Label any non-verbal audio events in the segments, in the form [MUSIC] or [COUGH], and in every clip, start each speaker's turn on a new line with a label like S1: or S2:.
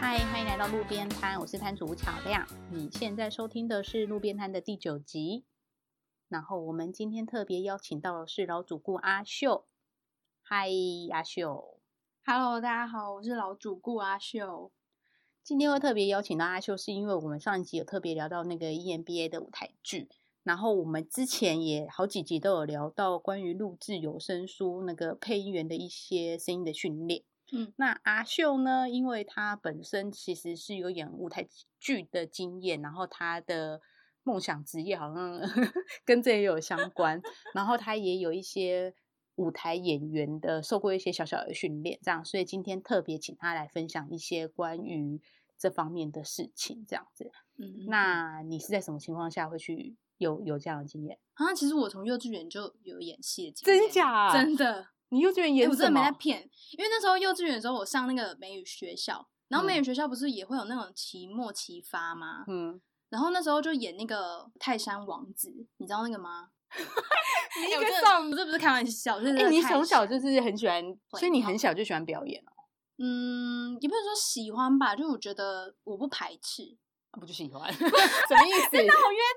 S1: 嗨，欢迎来到路边摊，我是摊主吴巧亮。你现在收听的是路边摊的第九集。然后我们今天特别邀请到的是老主顾阿秀。嗨，阿秀。
S2: Hello，大家好，我是老主顾阿秀。
S1: 今天会特别邀请到阿秀，是因为我们上一集有特别聊到那个 E EMBA 的舞台剧，然后我们之前也好几集都有聊到关于录制有声书那个配音员的一些声音的训练。
S2: 嗯，
S1: 那阿秀呢，因为她本身其实是有演舞台剧的经验，然后她的梦想职业好像 [LAUGHS] 跟这也有相关，然后她也有一些。舞台演员的受过一些小小的训练，这样，所以今天特别请她来分享一些关于这方面的事情，这样子。
S2: 嗯，
S1: 那你是在什么情况下会去有有这样的经验？
S2: 啊，其实我从幼稚园就有演戏的经
S1: 真哎
S2: 验
S1: 假
S2: 真的，
S1: 你幼稚园
S2: 欸
S1: 演
S2: 我
S1: 什
S2: 真的没在
S1: 么？
S2: 骗，因为那时候幼稚园的时候，我上那个美语学校，然后美
S1: 嗯
S2: 语学校不是也会有那种期末期发吗？
S1: 嗯，
S2: 然后那时候就演那个泰山王子，你知道那个吗？
S1: [LAUGHS] 你
S2: 欸我真的我这不是开玩笑，这是
S1: 哎、
S2: 真的
S1: 你
S2: 泰
S1: 从小
S2: 山
S1: 就是很喜欢，所以你很小就喜欢表演哦、
S2: 嗯，也不是说喜欢吧，就我觉得我不排斥，
S1: 啊不就喜欢？ [LAUGHS] 什么意思？
S2: 我约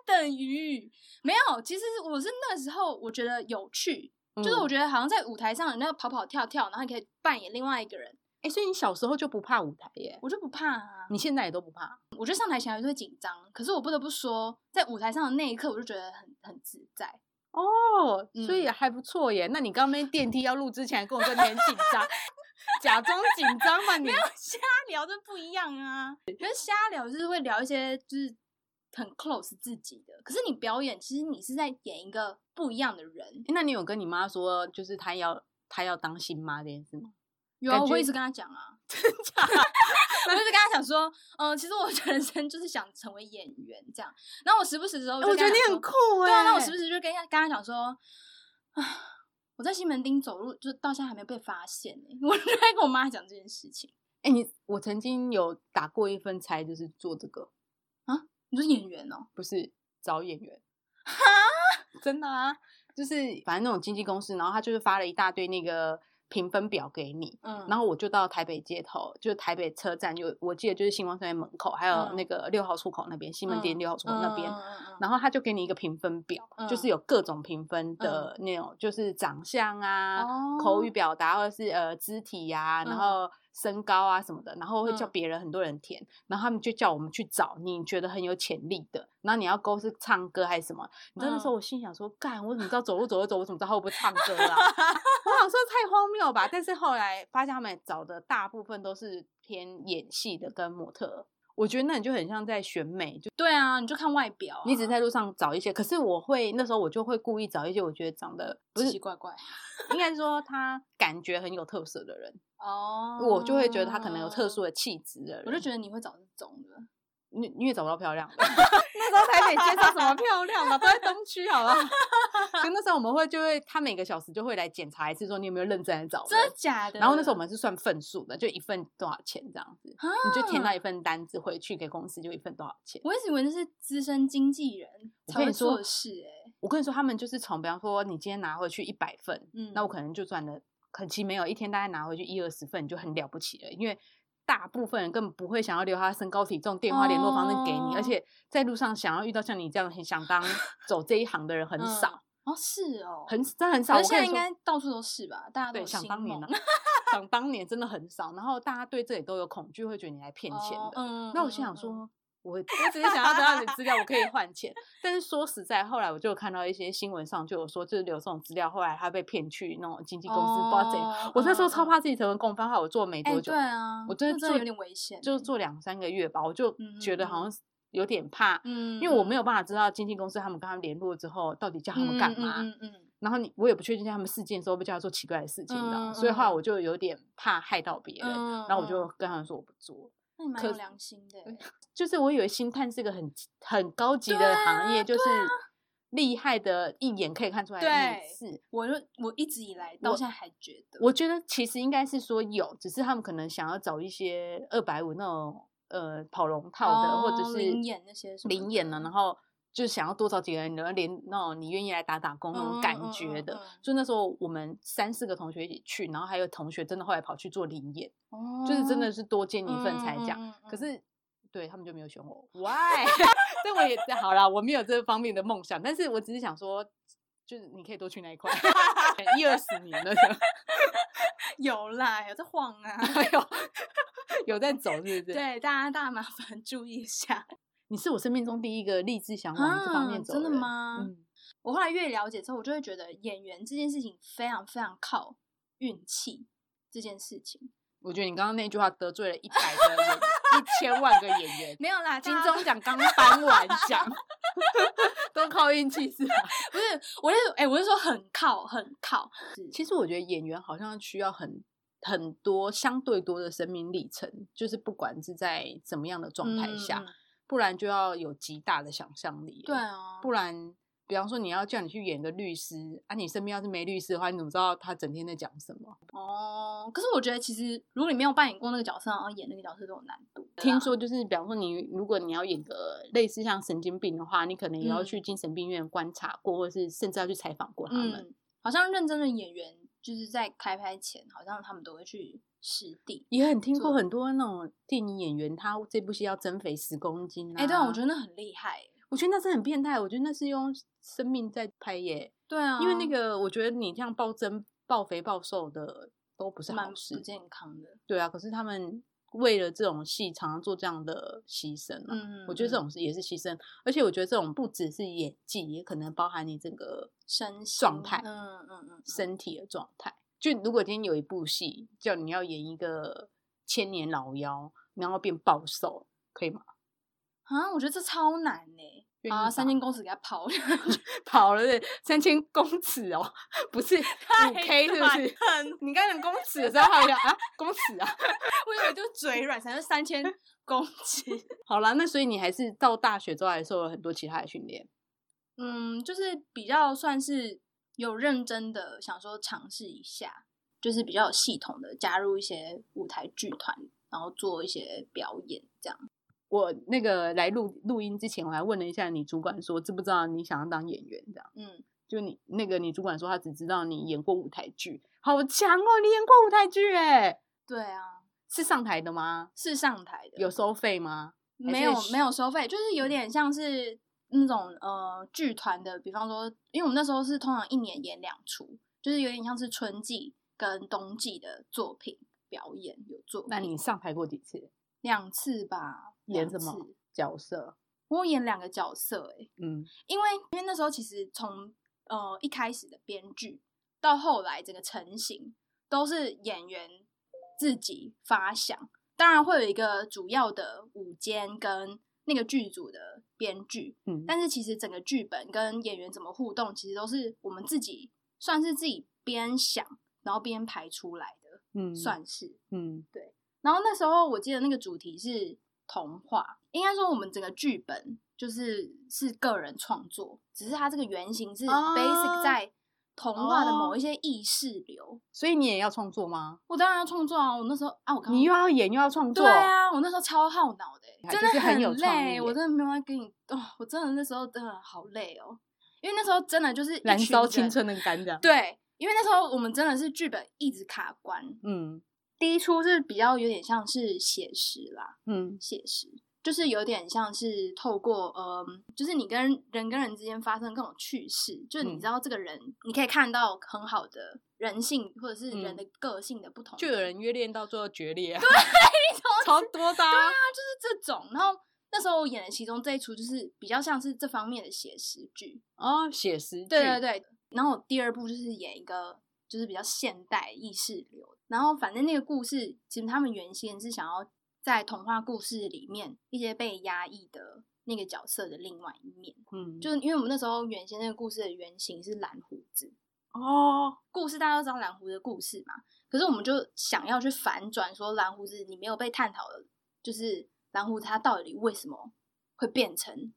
S2: 等于没有。其实我是那时候我觉得有趣，就是我
S1: 哎、
S2: 觉得好像在舞台上那个跑跑跳跳，然后你可以扮演另外一个人，
S1: 欸所以你小时候就不怕舞台耶？
S2: 我就不怕啊。
S1: 你现在也都不怕？
S2: 我觉得上台前还是会紧张，可是我不得不说，在舞台上的那一刻，我就觉得很很自在。 [LAUGHS]
S1: 哦，
S2: 嗯
S1: 所以还不错耶。那你刚刚那电梯要录之前还跟我说你很紧张， [LAUGHS] 假装紧张嘛你？
S2: 瞎聊就不一样啊，可是瞎聊就是会聊一些就是很 close 自己的，可是你表演其实你是在演一个不一样的人。
S1: 那你有跟你妈说，就是她要她要当新妈这件事吗？
S2: 有啊，
S1: 感
S2: 我会
S1: 觉
S2: 一直跟他
S1: [LAUGHS]
S2: 讲啊，真假？我 [LAUGHS] 一直跟他讲说，嗯、其实我的人生就是想成为演员这样。然后我时不时的时候
S1: 欸
S2: 就
S1: 我
S2: 跟
S1: 觉
S2: 他
S1: 得你
S2: 讲
S1: 很
S2: 说
S1: 酷哎、
S2: 对啊，那我时不时就跟他跟他讲说，啊，我在西门町走路，就到现在还没被发现呢、 [LAUGHS] 我就在跟我妈讲这件事情。
S1: 哎、你我曾经有打过一份差，就是做这个，
S2: 你说演员哦、
S1: 不是找演 [LAUGHS] 员，真的啊，就是反正那种经纪公司，然后他就是发了一大堆那个评分表给你，
S2: 嗯，
S1: 然后我就到台北街头，就是台北车站有，我记得就是星光三院门口，还有
S2: 嗯
S1: 那个六号出口那边，西门町
S2: 嗯
S1: 六号出口那边。
S2: 嗯嗯嗯嗯
S1: 然后他就给你一个评分表，就是
S2: 嗯
S1: 有各种评分的那种，就是长相啊、口语
S2: 哦
S1: 表达，或者是呃肢体呀、然
S2: 嗯
S1: 后身高啊什么的，然后会叫
S2: 嗯
S1: 别人很多人填，然后他们就叫我们去找你觉得很有潜力的，然后你要勾是唱歌还是什么？你知道那
S2: 嗯
S1: 时候我心想说，干，我怎么知道走路走路走，我怎么知道他会不会唱歌
S2: [LAUGHS]
S1: 啊？我想说太荒谬吧，但是后来发现他们找的大部分都是偏演戏的跟模特儿，我觉得那你就很像在选美，就
S2: 对啊，你就看外表、啊，
S1: 你只在路上找一些，可是我会那时候我就会故意找一些我觉得长得不
S2: 奇
S1: 是
S2: 奇，怪怪
S1: 应该说他感觉很有特色的人，
S2: 哦，
S1: 我就会觉得他可能有特殊。的气质的人，
S2: 我就觉得你会找这种的，
S1: [LAUGHS] 你你也找不到漂亮 [LAUGHS] 的。那时候台北街上哎什么漂亮的，都在东区，好不 [LAUGHS] 好？就那时候我们会就会，他每个小时就会来检查一次，说你有没有认真来找人。
S2: [LAUGHS] 真的假的？
S1: 然后那时候我们是算份数的，就一份多少钱这样子，
S2: 啊
S1: 你就填到一份单子回去给公司，就一份多少钱。
S2: 我一直以为那是资深经纪人
S1: 我
S2: 才
S1: 跟
S2: 会
S1: 你说
S2: 做的事、哎，
S1: 我跟你说，他们就是从，比方说你今天拿回去一百份，
S2: 嗯
S1: 那我可能就赚了，可其没有一天大概拿回去一二十份，你就很了不起了，因为。大部分人根本不会想要留他身高体重、电话联络方式给你，而
S2: 哦
S1: 且在路上想要遇到像你这样很想
S2: [LAUGHS]
S1: 当走这一行的人很
S2: 嗯
S1: 少，
S2: 哦是哦，
S1: 很真的很少。
S2: 可
S1: 我
S2: 是现
S1: 跟
S2: 在
S1: 你
S2: 应
S1: 说
S2: 该到处都是吧？大家都
S1: 对，
S2: 有
S1: 想
S2: 星
S1: 当年
S2: 梦
S1: 啊想当年真的很少，然后大家对这里都有恐惧，会觉得你来骗钱
S2: 哦
S1: 的。
S2: 嗯
S1: 那我
S2: 嗯
S1: 心想
S2: 嗯
S1: 说，
S2: 嗯
S1: 我我只是想要得到你的资料，我可以换
S2: [LAUGHS]
S1: 钱。但是说实在，后来我就有看到一些新闻上就有说，就是有这种资料，后来他被骗去那种经纪公司，不知道怎样。
S2: 哦
S1: 我那时候超
S2: 嗯嗯
S1: 怕自己成为共犯，后来我做没
S2: 哎
S1: 多久，
S2: 对啊，
S1: 我真的
S2: 那
S1: 做
S2: 真的有点危险
S1: 就
S2: 欸
S1: 做两三个月吧，我就
S2: 嗯
S1: 觉得
S2: 嗯
S1: 好
S2: 嗯
S1: 像是有点怕，
S2: 嗯，
S1: 因为我
S2: 嗯
S1: 没有办法知道经纪公司他们跟他们联络之后到底叫他们干嘛。
S2: 嗯嗯嗯嗯
S1: 然后你我也不确定他们事件的时候被叫他做奇怪的事情的，所以后来
S2: 嗯嗯
S1: 我就有点怕害到别人，
S2: 嗯
S1: 然后我
S2: 嗯
S1: 就跟他们说我不做。
S2: 那你蛮
S1: 可
S2: 有
S1: 是
S2: 良心的欸。
S1: 就是我以为星探是个很很高级
S2: 对
S1: 的
S2: 啊
S1: 行业，就是厉害的，一眼可以看出来的
S2: 对
S1: 面试。
S2: 我就我一直以来到
S1: 我
S2: 现在还觉得，
S1: 我觉得其实应该是说有，只是他们可能想要找一些二百五那种呃跑龙套的，或者
S2: 哦
S1: 是
S2: 灵眼那些什么
S1: 灵眼呢，
S2: 的
S1: 然后就想要多找几个人，然后连那种你愿意来打打工那种
S2: 嗯
S1: 感
S2: 嗯
S1: 觉
S2: 嗯
S1: 的。
S2: 嗯
S1: 就那时候我们三四个同学一起去，然后还有同学真的后来跑去做零演，
S2: 哦嗯
S1: 就是真的是多见一份才这样。
S2: 样
S1: 可是对他们就没有选我，why？但
S2: [LAUGHS]
S1: 我也好啦，我没有这方面的梦想，但是我只是想说，就是你可以多去那一块， [LAUGHS] 一二十年了，
S2: 嗯有啦，有在晃啊。
S1: 哎呦，有在走是不是？，
S2: 对，大家大家麻烦注意一下啊
S1: 你是我生命中第一个立志想往这方面走
S2: 真的
S1: 人？
S2: 吗？
S1: 嗯，
S2: 我后来越了解之后，我就会觉得演员这件事情非常非常靠运气这件事情。
S1: 我觉得你刚刚那句话得罪了一百个
S2: [LAUGHS]
S1: 演一千万个演员。
S2: 没有啦，
S1: 金
S2: 大家
S1: 钟奖刚颁完
S2: [LAUGHS]
S1: 奖，都靠运气是吧？ [LAUGHS]
S2: 不是，我是哎、我是说很靠很靠，
S1: 其实我觉得演员好像需要很很多相对多的生命历程，就是不管是在怎么样的状态
S2: 嗯
S1: 下，
S2: 嗯
S1: 不然就要有极大的想象力。
S2: 对，啊，
S1: 不然。比方说，你要叫你去演个律师啊，你身边要是没律师的话，你怎么知道他整天在讲什么？
S2: 哦，可是我觉得其实如果你没有扮演过那个角色，然后演那个角色都有难度。
S1: 听说就是，比方说你如果你要演个类似像神经病的话，你可能也
S2: 嗯
S1: 要去精神病院观察过，或是甚至要去采访过他们。
S2: 嗯，好像认真的演员就是在开拍前，好像他们都会去实地。
S1: 也很听过
S2: 做
S1: 很多那种电影演员，他这部戏要增肥十公斤啊。
S2: 哎、对啊，我觉
S1: 得
S2: 得那很厉害欸。
S1: 我觉得那是很变态，我觉得那是用生命在拍耶，
S2: 对啊，
S1: 因为那个我觉得你像暴增、暴肥、暴瘦的都不是
S2: 蛮
S1: 好
S2: 不
S1: 事，
S2: 健康的。
S1: 对啊。可是他们为了这种戏，常常做这样的牺牲、啊，
S2: 嗯，
S1: 我觉得这
S2: 嗯
S1: 种是也是牺牲，而且我觉得这种不只是演技，也可能包含你整个
S2: 身心
S1: 状态
S2: 嗯嗯嗯嗯，
S1: 身体的状态。就如果今天有一部戏叫你要演一个千年老妖，然后变暴瘦，可以吗？
S2: 啊，我觉得这超难呢、
S1: 愿
S2: 好啊，
S1: 意
S2: 三
S1: 吧
S2: 千公尺给他
S1: [LAUGHS]
S2: 跑，
S1: 跑了三千公尺哦，不是五 K
S2: [LAUGHS]
S1: 是不是？
S2: 很，
S1: 你刚讲公尺的时候，还有一个啊公尺啊。
S2: 我以为就嘴软，才是三千公尺。
S1: 好啦，那所以你还是到大学之后还受了很多其他的训练。
S2: 嗯，就是比较算是有认真的想说尝试一下，就是比较有系统的加入一些舞台剧团，然后做一些表演这样。
S1: 我那个来录录音之前，我还问了一下你主管说，知不知道你想要当演员这样。
S2: 嗯，
S1: 就你那个你主管说他只知道你演过舞台剧，好强哦！你演过舞台剧哎，
S2: 对啊，
S1: 是上台的吗？
S2: 是上台的，
S1: 有收费吗？还
S2: 没
S1: 是
S2: 有
S1: 是
S2: 没有收费，就是有点像是那种呃剧团的，比方说，因为我们那时候是通常一年演两出，就是有点像是春季跟冬季的作品表演有作
S1: 那
S2: 品
S1: 你上台过几次？
S2: 两次吧，
S1: 演
S2: 两
S1: 什么
S2: 次？
S1: 角色？
S2: 我演两个角色、欸，
S1: 嗯，
S2: 因为因为那时候其实从呃一开始的编剧到后来整个成型，都是演员自己发想。当然会有一个主要的舞间跟那个剧组的编剧，
S1: 嗯
S2: 但是其实整个剧本跟演员怎么互动，其实都是我们自己算是自己边想然后边排出来的，
S1: 嗯
S2: 算是。
S1: 嗯
S2: 然后那时候我记得那个主题是童话，应该说我们整个剧本就是是个人创作，只是它这个原型是
S1: 哦
S2: basic 在童话的某
S1: 哦
S2: 一些意识流。
S1: 所以你也要创作吗？
S2: 我当然要创作啊！我那时候啊，我刚
S1: 你又要演又要创作，
S2: 对啊，我那时候超耗脑的欸、
S1: 还
S2: 真
S1: 就是
S2: 的
S1: 很有创意
S2: 累，我
S1: 耶
S2: 真的没有要跟你哦，我真的那时候真的好累哦，因为那时候真的就是一
S1: 燃
S2: 群
S1: 烧
S2: 人
S1: 青春的肝这样。
S2: 对，因为那时候我们真的是剧本一直卡关，
S1: 嗯
S2: 第一出是比较有点像是写实啦，
S1: 嗯
S2: 写实，就是有点像是透过嗯，就是你跟人跟人之间发生各种趣事，就是你
S1: 嗯
S2: 知道这个人，你可以看到很好的人性或者是人
S1: 嗯
S2: 的个性的不同，
S1: 就有人约练到最后决裂、啊，
S2: [LAUGHS]
S1: 超
S2: 从
S1: 多的、啊。
S2: 就是这种。然后那时候我演的其中这一出就是比较像是这方面的写实剧，
S1: 哦，写实剧，
S2: 啊对对对。然后我第二部就是演一个就是比较现代意识流的，然后反正那个故事其实他们原先是想要在童话故事里面一些被压抑的那个角色的另外一面。
S1: 嗯，
S2: 就是因为我们那时候原先那个故事的原型是蓝胡子，
S1: 哦，
S2: 故事大家都知道蓝胡子的故事嘛，可是我们就想要去反转，说蓝胡子你没有被探讨的，就是蓝胡子他到底为什么会变成，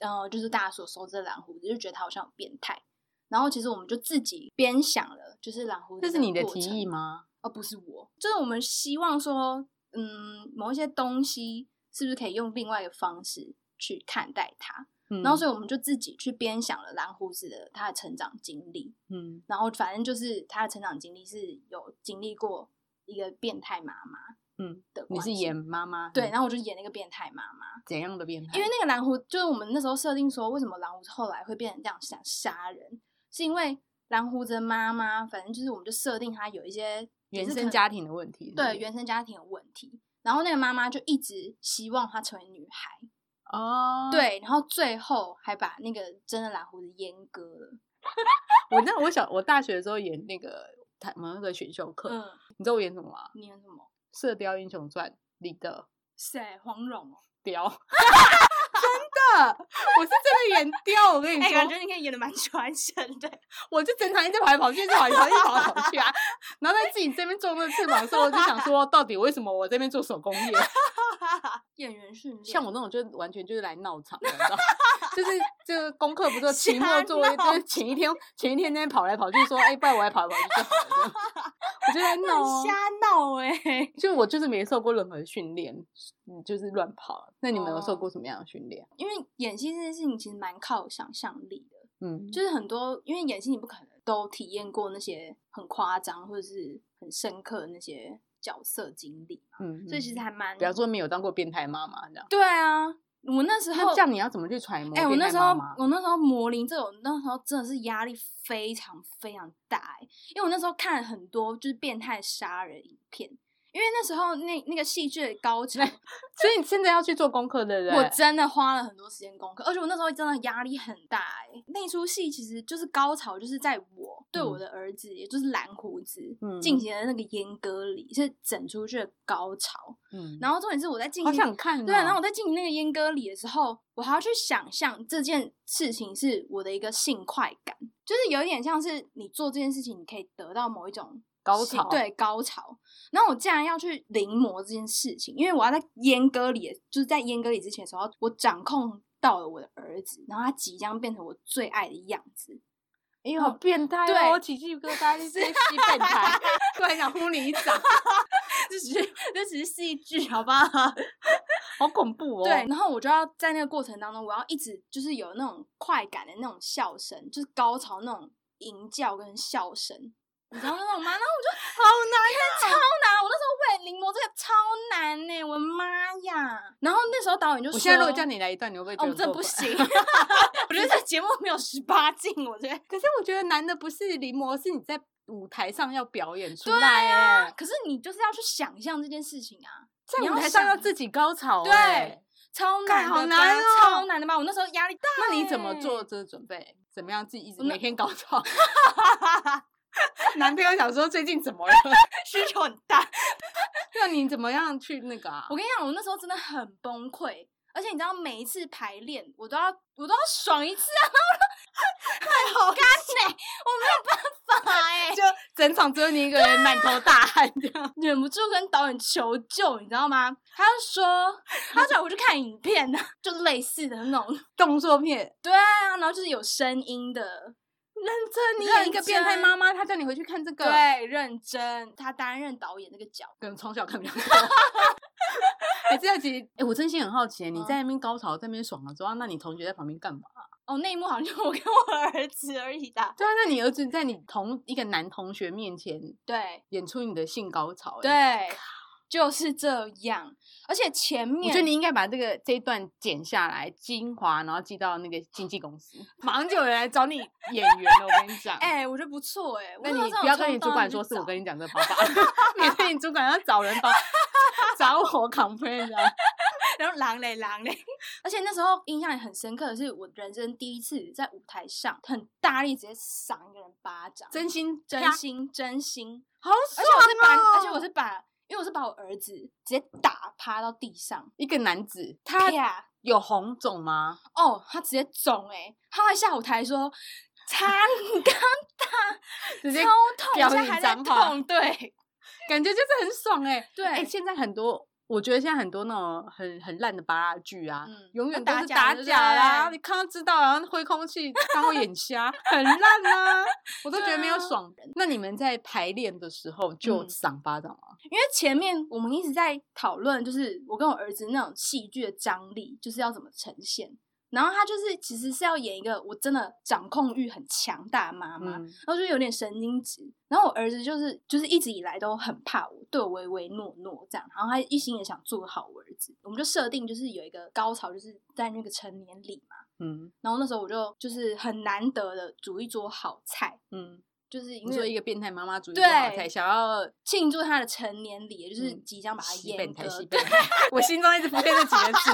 S2: 呃，就是大家所熟知的蓝胡子，就觉得他好像有变态。然后其实我们就自己编想了，就是蓝胡子
S1: 这是
S2: 个
S1: 你的
S2: 过
S1: 提
S2: 程
S1: 议吗？
S2: 而不是我。就是我们希望说，嗯，某一些东西是不是可以用另外一个方式去看待它？
S1: 嗯
S2: 然后所以我们就自己去编想了蓝胡子的他的成长经历，
S1: 嗯
S2: 然后反正就是他的成长经历是有经历过一个变态妈妈
S1: 嗯，
S2: 的
S1: 你
S2: 关系，
S1: 是啊演嗯妈妈
S2: 对，
S1: 后
S2: 然后我就演那个变态妈妈，
S1: 怎样的变态？
S2: 因为那个蓝狐就是我们那时候设定说，为什么蓝胡子后来会变成这样想杀人，是因为蓝胡子的妈妈，反正就是我们就设定他有一些也
S1: 原
S2: 是可
S1: 生
S2: 能
S1: 家庭的问题是不是，
S2: 对原生家庭有问题，然后那个妈妈就一直希望他成为女孩，
S1: 哦，，
S2: 对，然后最后还把那个真的蓝胡子阉割了，
S1: 我那我小我大学的时候演那个台某一个选修课，
S2: 嗯，
S1: 你知道我演什么吗？
S2: 你演什么？
S1: 《射雕英雄传》里的
S2: 谁？黄蓉哦，
S1: 雕， [LAUGHS] 真的，我是真的演雕。我跟你
S2: 哎、
S1: 说，
S2: 感觉你可以演的蛮传神的，
S1: 我就整场一直跑来跑去，一直跑来跑去，一直跑来跑去啊。然后在自己这边撞那个翅膀的时候，我就想说，到底为什么我这边做手工业？
S2: [LAUGHS] 演员训练。
S1: 像我那种就完全就是来闹场的，你知道就是就是功课不
S2: [LAUGHS]
S1: 做，期
S2: 瞎
S1: 末作业就
S2: 闹
S1: 是前一天前一天那边跑来跑去说，哎、不然我来跑来跑去就好了这样。我就在
S2: 那
S1: 闹、
S2: 哦很
S1: 啊。
S2: 瞎闹哎、 [LAUGHS]
S1: 就我就是没受过任何训练，嗯就是乱跑。那你们有受
S2: 哦
S1: 过什么样的训练？啊
S2: 因为演戏这件事情其实蛮靠想象力的，
S1: 嗯，
S2: 就是很多因为演戏你不可能都体验过那些很夸张或者是很深刻的那些角色经历嘛，
S1: 嗯，
S2: 所以其
S1: 嗯
S2: 实还蛮
S1: 比方说没有当过变态妈妈这样，
S2: 对啊，我那时
S1: 那
S2: 候
S1: 这样你要怎么去揣摩？
S2: 哎、我那时
S1: 妈
S2: 候
S1: 妈
S2: 我那时候魔灵这种，那时候真的是压力非常非常大、欸，因为我那时候看了很多就是变态杀人影片，因为那时候那那个戏剧的高潮，
S1: 所以你现在要去做功课， [LAUGHS] 对不对？
S2: 我真的花了很多时间功课，而且我那时候真的压力很大、欸，那出戏其实就是高潮，就是在我对我
S1: 嗯
S2: 的儿子，也就是蓝胡子
S1: 嗯
S2: 进行的那个阉割礼，是整出去的高潮，
S1: 嗯，
S2: 然后重点是我在进
S1: 好
S2: 行
S1: 想看、哦。
S2: 对，啊然后我在进行那个阉割礼的时候，我还要去想象这件事情是我的一个性快感，就是有一点像是你做这件事情，你可以得到某一种
S1: 高
S2: 性
S1: 潮
S2: 对高潮。然后我竟然要去临摹这件事情，因为我要在阉割礼，就是在阉割礼之前的时候，我掌控到了我的儿子，然后他即将变成我最爱的样子。
S1: 哎呦，好变态
S2: 对
S1: 哦！起鸡皮疙瘩，这些西变态， [LAUGHS] 突然想呼你一掌，
S2: [LAUGHS] 这只是这只是戏剧，好不好？
S1: 好恐怖哦！
S2: 对，，然后我就要在那个过程当中，我要一直就是有那种快感的那种笑声，就是高潮那种吟叫跟笑声，你知道那种吗？然后
S1: [LAUGHS]
S2: 我就好
S1: 啊
S2: 难、超难！我那时候为了临摹这个超难呢、我的妈呀！然后那时候导演就说，
S1: 我现在如果叫你来一段，你会不会觉
S2: 哦，
S1: 得
S2: 我真
S1: 很
S2: 的不
S1: 过分？
S2: 行，
S1: [LAUGHS]
S2: 我觉得这节目没有十八禁，我觉
S1: [LAUGHS]
S2: 得。
S1: 可是我觉得难的不是临摹，是你在舞台上要表演出
S2: 对
S1: 来
S2: 啊，
S1: 哎，
S2: 可是你就是要去想象这件事情啊，
S1: 在
S2: 你
S1: 舞
S2: 要
S1: 台上要
S2: 想
S1: 自己高潮
S2: 对
S1: 哎。
S2: 超
S1: 干
S2: 难的吧，
S1: 好难哦
S2: 超难的吧？我那时候压力大欸、
S1: 那你怎么 [LAUGHS] 做这个准备？怎么样自己一直
S2: 我那
S1: 每天高潮？ [LAUGHS] 男朋友想说最近怎么了？ [LAUGHS]
S2: 需求很大？
S1: 那你怎么样去那个啊
S2: 我？跟你讲，我那时候真的很崩溃，而且你知道，每一次排练我都要我都要爽一次 [LAUGHS] 啊，然后我都很干呢、我没有办法 [LAUGHS] 哎、
S1: 就整场只有你一个人满头大汗这样。
S2: 忍不住跟导演求救，你知道吗？他就说，他叫我去看影片呢、就类似的那种，
S1: 动作片，
S2: 对啊，然后就是有声音的，
S1: 认真
S2: 你
S1: 你
S2: 演
S1: 演
S2: 一
S1: 一
S2: 个
S1: 个变
S2: 变态
S1: 态
S2: 妈
S1: 妈妈，她叫你回去看这个，，
S2: 对，认真，他担任导演这个角，
S1: 可能从小看比较 [LAUGHS] 多。哎、这道题，哎、我真心很好奇，你
S2: 嗯
S1: 在那边高潮，在那边爽了之后，啊那你同学在旁边干嘛？
S2: 哦，那一幕好像就我跟我儿子而已的，
S1: 对啊，那你儿子在你同一个男同学面前
S2: 对
S1: 演出你的性高潮、哎，
S2: 对，就是这样，而且前面
S1: 我觉得你应该把这个这一段剪下来，精华，然后寄到那个经纪公司，马上就有人来找你演员了。我跟你讲，
S2: 哎、我觉得不错哎、我
S1: 那
S2: 那时候
S1: 你
S2: 真的
S1: 不
S2: 有
S1: 要跟
S2: 冲
S1: 你主
S2: 动
S1: 管
S2: 去
S1: 说是我
S2: 找
S1: 跟你讲这个方法， [LAUGHS] 免得你主管要找人帮找我 complain 这样
S2: 然后狼嘞狼嘞。 [LAUGHS] 而且那时候印象也很深刻的是，我人生第一次在舞台上很大力直接赏一个人巴掌，
S1: 真心
S2: 真
S1: 啪
S2: 心真心，
S1: 啊好
S2: 而
S1: 爽
S2: 且我是把，
S1: 哦！
S2: 而且我是把，因为我是把我儿子直接打趴到地上，
S1: 一个男子，他
S2: 啪！
S1: 有红肿吗？
S2: 哦，他直接肿哎、他还下舞台说。 [LAUGHS] 擦，你刚
S1: 直接
S2: 超痛，
S1: 飙
S2: 现在
S1: 你
S2: 还在
S1: 脏话
S2: 痛，对
S1: 感觉就是很爽哎、
S2: 对，
S1: 哎、现在很多。我觉得现在很多那种很很烂的八大剧啊，
S2: 嗯
S1: 永
S2: 要
S1: 远都
S2: 打
S1: 是
S2: 假
S1: 打
S2: 的对不
S1: 假啦，
S2: 对
S1: 你看到知道，然后挥空气当我眼瞎，很烂啊，我都觉得没有
S2: 对啊
S1: 爽。那你们在排练的时候就
S2: 嗯
S1: 赏巴掌吗？
S2: 因为前面我们一直在讨论，就是我跟我儿子那种戏剧的张力，就是要怎么呈现。然后她就是其实是要演一个我真的掌控欲很强大的妈妈，
S1: 嗯，
S2: 然后就有点神经质。然后我儿子就是就是一直以来都很怕我，对我唯唯诺诺这样。然后他一心也想做个好儿子。我们就设定就是有一个高潮，就是在那个成年礼嘛。
S1: 嗯
S2: 然后那时候我就就是很难得的煮一桌好菜，
S1: 嗯，
S2: 就是因
S1: 你说
S2: 为
S1: 一个变态妈妈主义
S2: 对
S1: 才想要
S2: 庆祝他的成年礼，也就是
S1: 嗯
S2: 即将把他
S1: 西
S2: 阉
S1: 变态，
S2: 割
S1: 西。变态，我心中一直浮现这几个 [LAUGHS] 字，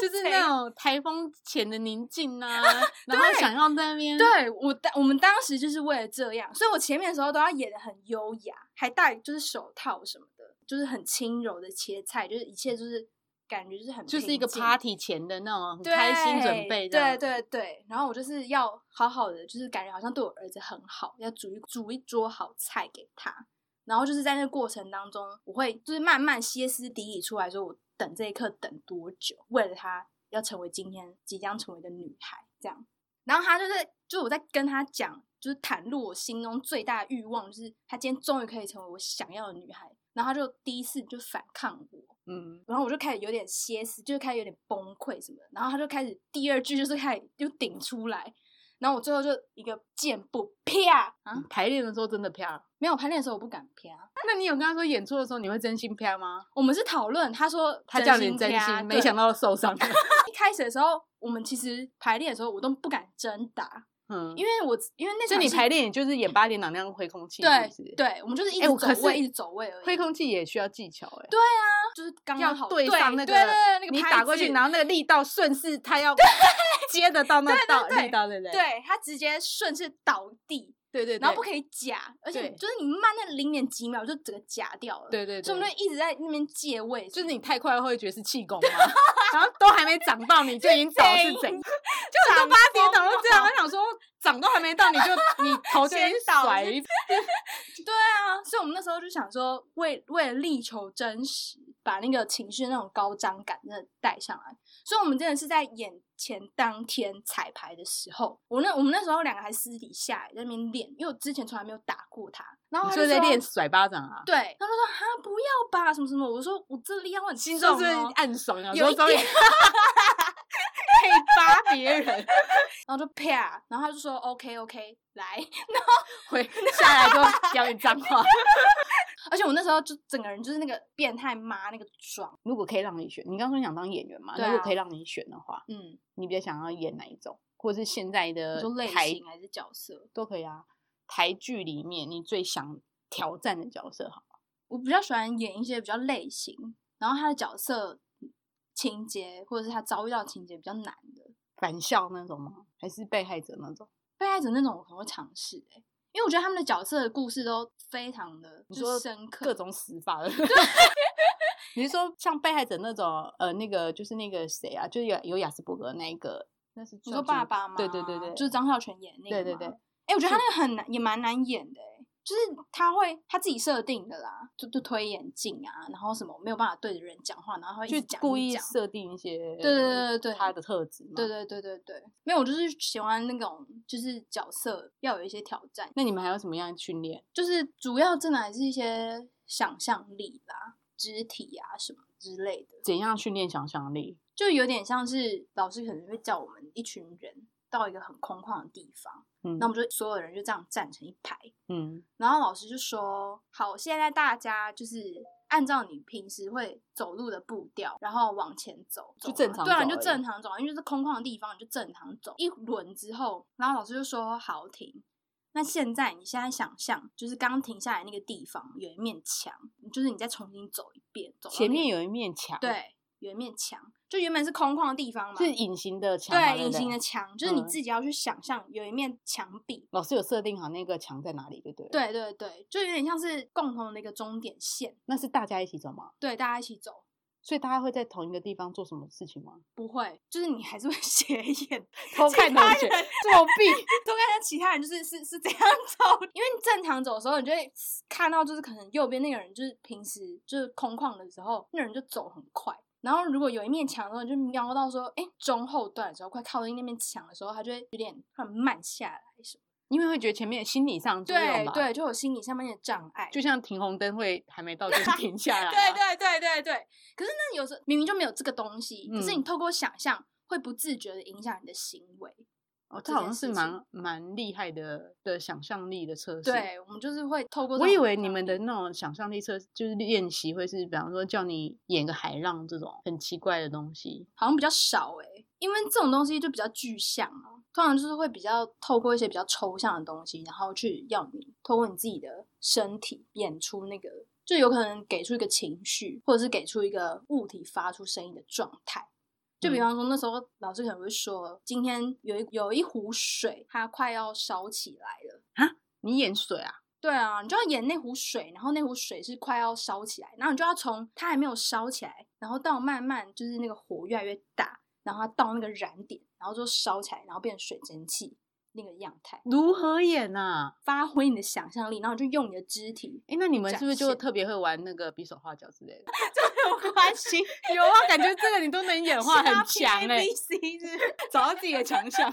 S1: 就是
S2: 对
S1: 那种台风前的宁静啊，然后想要在那边
S2: 对我当我们当时就是为了这样，所以我前面的时候都要演的很优雅，还戴就是手套什么的，就是很轻柔的切菜，就是一切就是感觉就是很
S1: 就是一
S2: 平
S1: 个
S2: 静
S1: party 前的那种很开心准备这
S2: 对
S1: 样，
S2: 对对，然后我就是要好好的，就是感觉好像对我儿子很好，要煮一煮一桌好菜给他。然后就是在那个过程当中，我会就是慢慢歇斯底里出来说，我等这一刻等多久，为了他要成为今天即将成为的女孩这样。然后他就是，就是我在跟他讲，就是袒露我心中最大的欲望，就是他今天终于可以成为我想要的女孩。然后他就第一次就反抗我，
S1: 嗯，
S2: 然后我就开始有点歇斯，就是开始有点崩溃什么的。然后他就开始第二句就是开始又顶出来，然后我最后就一个箭步啪啊，
S1: 排练的时候真的啪。
S2: 没有排练的时候我不敢啪。
S1: 那你有跟他说演出的时候你会真心啪吗？
S2: 我们是讨论，他说
S1: 他叫你
S2: 心
S1: 真
S2: 啪
S1: 心，没想
S2: 对
S1: 到受伤了。
S2: [LAUGHS] 一开始的时候，我们其实排练的时候我都不敢真打，
S1: 嗯，
S2: 因为我因为那
S1: 就
S2: 场
S1: 你
S2: 是
S1: 排练，也就是演八点档那样挥空气，是不是
S2: 对，对，我们就是一
S1: 哎
S2: 直
S1: 我可
S2: 走位，
S1: 是
S2: 一直走位而已，
S1: 挥空气也需要技巧哎。
S2: 就是刚
S1: 要
S2: 刚好
S1: 对上那个
S2: 对对对那个
S1: 你
S2: 拍
S1: 打过
S2: 子
S1: 去，然后那个力道顺势，他要接得到那
S2: 对对
S1: 道
S2: 对
S1: 力道，对不对？
S2: 对他直接顺势倒地，
S1: 对对，
S2: 然后不
S1: 以，
S2: 可以假，而且
S1: 对
S2: 就是你慢那零点几秒就整个假掉了。，
S1: 对对
S2: 所以我们
S1: 对，
S2: 就一直在那边借位，
S1: 就是你太快了会觉得是气功嘛， [LAUGHS] 然后都还没长到你就已经倒是
S2: 就
S1: 怎样？就很多八点档都这样，
S2: 疯
S1: 我想说长都还没到你 [LAUGHS] 就你头就已
S2: 先
S1: 经
S2: 倒
S1: 甩
S2: 是
S1: 一
S2: 啊，所以我们那时候就想说，为为了力求真实，把那个情绪那种高涨感真的带上来。所以我们真的是在演前当天彩排的时候，我那我们那时候两个还私底下在那边练，因为我之前从来没有打过他，然后
S1: 你就
S2: 他就
S1: 在
S2: 说
S1: 练甩巴掌啊，
S2: 对，他就说哈不要吧，什么什么，我说我这力量很
S1: 心
S2: 重
S1: 中是
S2: 哦
S1: 暗爽，想
S2: 有
S1: 说
S2: 一
S1: 终于可
S2: 点
S1: [LAUGHS] 以扒别人，
S2: 然后就啪，然后他就说 OK OK 来，
S1: 回下来就讲你脏话。
S2: 而且我那时候就整个人就是那个变态妈那个妆，
S1: [LAUGHS] 如果可以让你选，你刚刚说你想当演员嘛？
S2: 对
S1: 那如果
S2: 啊
S1: 可以让你选的话，
S2: 嗯，
S1: 你比较想要演哪一种，或者是现在
S2: 你
S1: 的
S2: 说类
S1: 呃台
S2: 型还是角色？
S1: 都可以啊。台剧里面你最想挑战的角色，好了，
S2: 我比较喜欢演一些比较类型，然后他的角色情节或者是他遭遇到的情节比较难的，
S1: 返校那种吗？还是被害者那种？
S2: 被害者那种我可能会尝试哎、因为我觉得他们的角色的故事都非常的
S1: 你
S2: 就
S1: 说
S2: 是深刻，
S1: 各种死法的。 [LAUGHS] 你是说像被害者那种，呃，那个就是那个谁啊，就是有有雅斯伯格那一个，那是
S2: 你
S1: 叫
S2: 说
S1: 什么
S2: 爸爸吗？
S1: 对对对对，
S2: 就是张孝全演那
S1: 对
S2: 个
S1: 对
S2: 吗
S1: 对，
S2: 哎、我觉得他那个很难，也蛮难演的、欸，就是他会他自己设定的啦，就就推眼镜啊，然后什么没有办法对着人讲话，然后他会一直
S1: 去
S2: 讲
S1: 故
S2: 一
S1: 意
S2: 直讲
S1: 设定一些
S2: 对对对对对
S1: 他的特质嘛。
S2: 对对对对对，没有，我就是喜欢那种就是角色要有一些挑战，
S1: 那你们还有什么样的训练？
S2: 就是主要真的还是一些想象力啦、肢体啊什么之类的，
S1: 怎样训练想象力？
S2: 就有点像是老师可能会叫我们一群人到一个很空旷的地方，
S1: 嗯，
S2: 那我们就所有人就这样站成一排。
S1: 嗯
S2: 然后老师就说：“好，现在大家就是按照你平时会走路的步调，然后往前走，
S1: 就
S2: 走
S1: 正
S2: 啊
S1: 常
S2: 对啊，
S1: 走
S2: 你就
S1: 而已
S2: 正常走啊，因为是空旷的地方，你就正常走。一轮之后，然后老师就说：好，停。那现在你现在想象，就是刚停下来那个地方有一面墙，就是你再重新走一遍，走到
S1: 前
S2: 那
S1: 面
S2: 个
S1: 有一面墙，，
S2: 对，有一面墙，就原本是空旷的地方嘛，
S1: 是隐形的墙嘛，
S2: 对，
S1: 不
S2: 隐形的。墙，就是你
S1: 嗯
S2: 自己要去想象有一面墙壁，
S1: 老师有设定好那个墙在哪里，对不对？，
S2: 对对对，就有点像是共同的一个终点线，
S1: 那是大家一起走吗？
S2: 对，大家一起走。
S1: 所以大家会在同一个地方做什么事情
S2: [LAUGHS]
S1: 吗？
S2: 不会，就是你还是会 [LAUGHS] 斜眼
S1: 偷看同
S2: 他
S1: 学，
S2: 人
S1: 作弊。
S2: 都看一下其他人，就是是是怎样走。因为你正常走的时候，你就会看到，就是可能右边那个人，就是平时就是空旷的时候，那人就走很快。然后如果有一面墙的时候，你就瞄到说，哎，中后段的时候，快靠近那面墙的时候，他就会有点很慢下来什么。
S1: 因为会觉得前面有心理上的作用
S2: 对
S1: 吧，，
S2: 对，就有心理上面的障碍。
S1: 就像停红灯会还没
S2: [LAUGHS]
S1: 到就停下来、啊
S2: 对，对对对对。可是那有时候明明就没有这个东西，可是
S1: 嗯
S2: 你透过想象，会不自觉的影响你的行为。
S1: 哦，这
S2: 这
S1: 好
S2: 件
S1: 像是
S2: 事情
S1: 蛮蛮厉害的的想象力的测试。，
S2: 对，我们就是会透过这
S1: 我
S2: 种
S1: 以为
S2: 方
S1: 你们的
S2: 面
S1: 那种想象力测就是练习会是，比方说叫你演个海浪这种很奇怪的东西。
S2: 好像比较少诶、因为这种东西就比较具象啊，通常就是会比较透过一些比较抽象的东西，然后去要你透过你自己的身体演出那个，就有可能给出一个情绪，或者是给出一个物体发出声音的状态。就比
S1: 嗯
S2: 方说，那时候老师可能会说，今天有一有一壶水，它快要烧起来了。
S1: 你演水啊？
S2: 对啊，你就要演那壶水，然后那壶水是快要烧起来，然后你就要从它还没有烧起来，然后到慢慢就是那个火越来越大，然后它到那个燃点，然后就烧起来，然后变成水蒸气那个样态，
S1: 如何演啊？
S2: 发挥你的想象力，然后你就用你的
S1: [LAUGHS]
S2: 肢体
S1: 哎，那你们
S2: 展
S1: 是不是就
S2: 现
S1: 特别会玩那个比手画脚之类的？
S2: 有关系，
S1: [LAUGHS] 有啊，感觉这个你都能演化
S2: 啊
S1: 很
S2: [LAUGHS]
S1: 强哎、
S2: B C 是
S1: 找到自己的强项，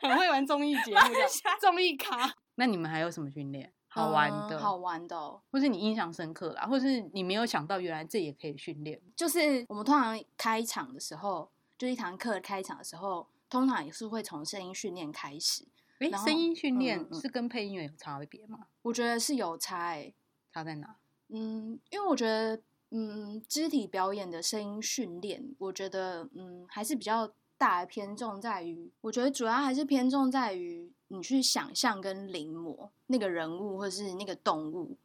S1: 很会玩综艺节
S2: [LAUGHS]
S1: 目的综艺咖。那你们还有什么训练好玩的？
S2: 嗯好玩的哦、
S1: 或是你印象深刻啦，或是你没有想到原来这也可以训练。
S2: 就是我们通常开场的时候，就一堂课开场的时候，通常也是会从声音训练开始，
S1: 诶，
S2: 然后
S1: 声音训
S2: 嗯
S1: 练
S2: 嗯
S1: 是跟配音员有差别吗？
S2: 我觉得是有差欸
S1: 差在哪？
S2: 嗯，因为我觉得，嗯，肢体表演的声音训练，我觉得，嗯，还是比较大的偏重在于，我觉得主要还是偏重在于你去想象跟临摹那个人物或是那个动物，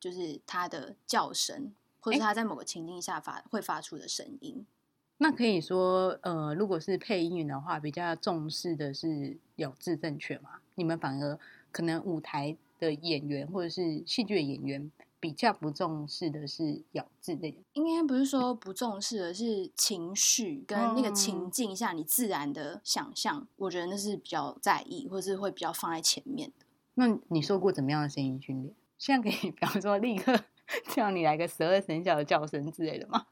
S2: 就是它的叫声，或是
S1: 诶
S2: 它在某个情境下发会发出的声音。
S1: 那可以说，呃，如果是配音员的话，比较重视的是咬字正确嘛。你们反而可能舞台的演员或者是戏剧的演员比较不重视的是咬字这件
S2: 应该不是说不重视，而是情绪跟那个情
S1: 嗯
S2: 境下你自然的想象，我觉得那是比较在意，或是会比较放在前面的。
S1: 那你受过怎么样的声音训练？现在可以， [LAUGHS] 比方说立刻叫你来个十二生肖的叫声之类的吗？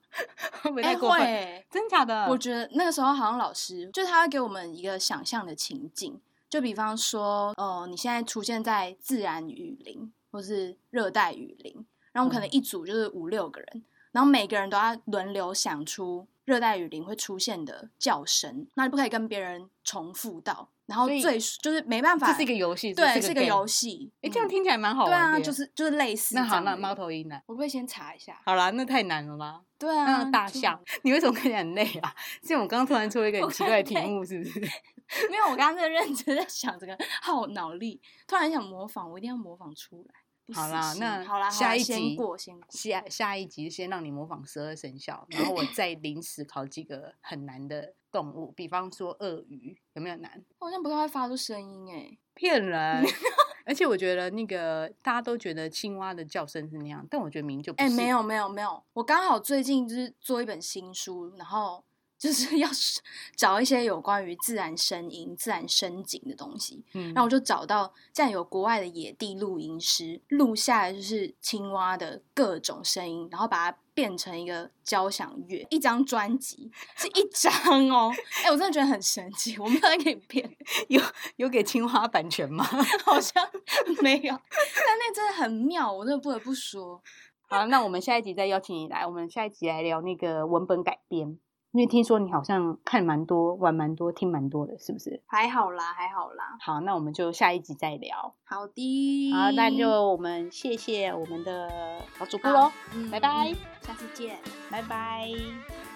S1: 会不会
S2: 哎
S1: 太过分？
S2: 会欸
S1: 真假的？
S2: 我觉得那个时候好像老师就他会给我们一个想象的情境，就比方说，呃，你现在出现在自然雨林或是热带雨林，然后我们可能
S1: 嗯
S2: 一组就是五六个人，然后每个人都要轮流想出热带雨林会出现的叫声，那你不可以跟别人重复到，然后
S1: 所以
S2: 最就是没办法，
S1: 这是一个游戏，
S2: 对，是个
S1: game
S2: 游。戏，
S1: 哎，这样
S2: 嗯
S1: 听起来蛮好
S2: 对
S1: 玩的
S2: 啊，
S1: 耶。
S2: 就是就是类似
S1: 那好，
S2: 这样
S1: 那
S2: 的
S1: 猫头鹰呢？
S2: 我会先查一下，
S1: 好啦，那太难了啦。
S2: 对啊，
S1: 那大
S2: 就
S1: 象，你为什么看起来很累啊？是我刚刚突然出了一个
S2: 我
S1: 很奇怪的题
S2: 很累
S1: 目，是不是？
S2: 没 [LAUGHS] 有，我刚刚在认真在想这个耗脑力，突然想模仿，我一定要模仿出来。不
S1: 好
S2: 死
S1: 啦，
S2: 心
S1: 那
S2: 好啦，好
S1: 下
S2: 啦
S1: 一
S2: 先
S1: 集
S2: 过先过。
S1: [LAUGHS] 下下一集先让你模仿十二生肖，然后我再临时考几个很难的动物，比方说鳄鱼，有没有难？
S2: 我好像不太会发出声音哎、
S1: 骗 [LAUGHS] 人！而且我觉得那个大家都觉得青蛙的叫声是那样，但我觉得明明就不
S2: 哎、
S1: 是。
S2: 没有没有没有，我刚好最近就是做一本新书，然后 [LAUGHS] 就是要找一些有关于自然声音、自然声景的东西。
S1: 嗯，
S2: 然后我就找到，这样有国外的野地录音师录下来，就是青蛙的各种声音，然后把它变成一个交响乐，一张专辑是一张哦。哎、我真的觉得很神奇，我没有在给你骗，
S1: 有有给青蛙版权吗？
S2: 好像没有，但那真的很妙，我真的不得不说。
S1: [LAUGHS] 好，那我们下一集再邀请你来，我们下一集来聊那个文本改编，因为听说你好像看蛮多、玩蛮多、听蛮多的，是不是？
S2: 还好啦，还好啦，
S1: 好，那我们就下一集再聊。
S2: 好的。
S1: 好，那就我们谢谢我们的小主播
S2: 好
S1: 喽，
S2: 嗯
S1: 拜拜，
S2: 下次见。
S1: 拜拜。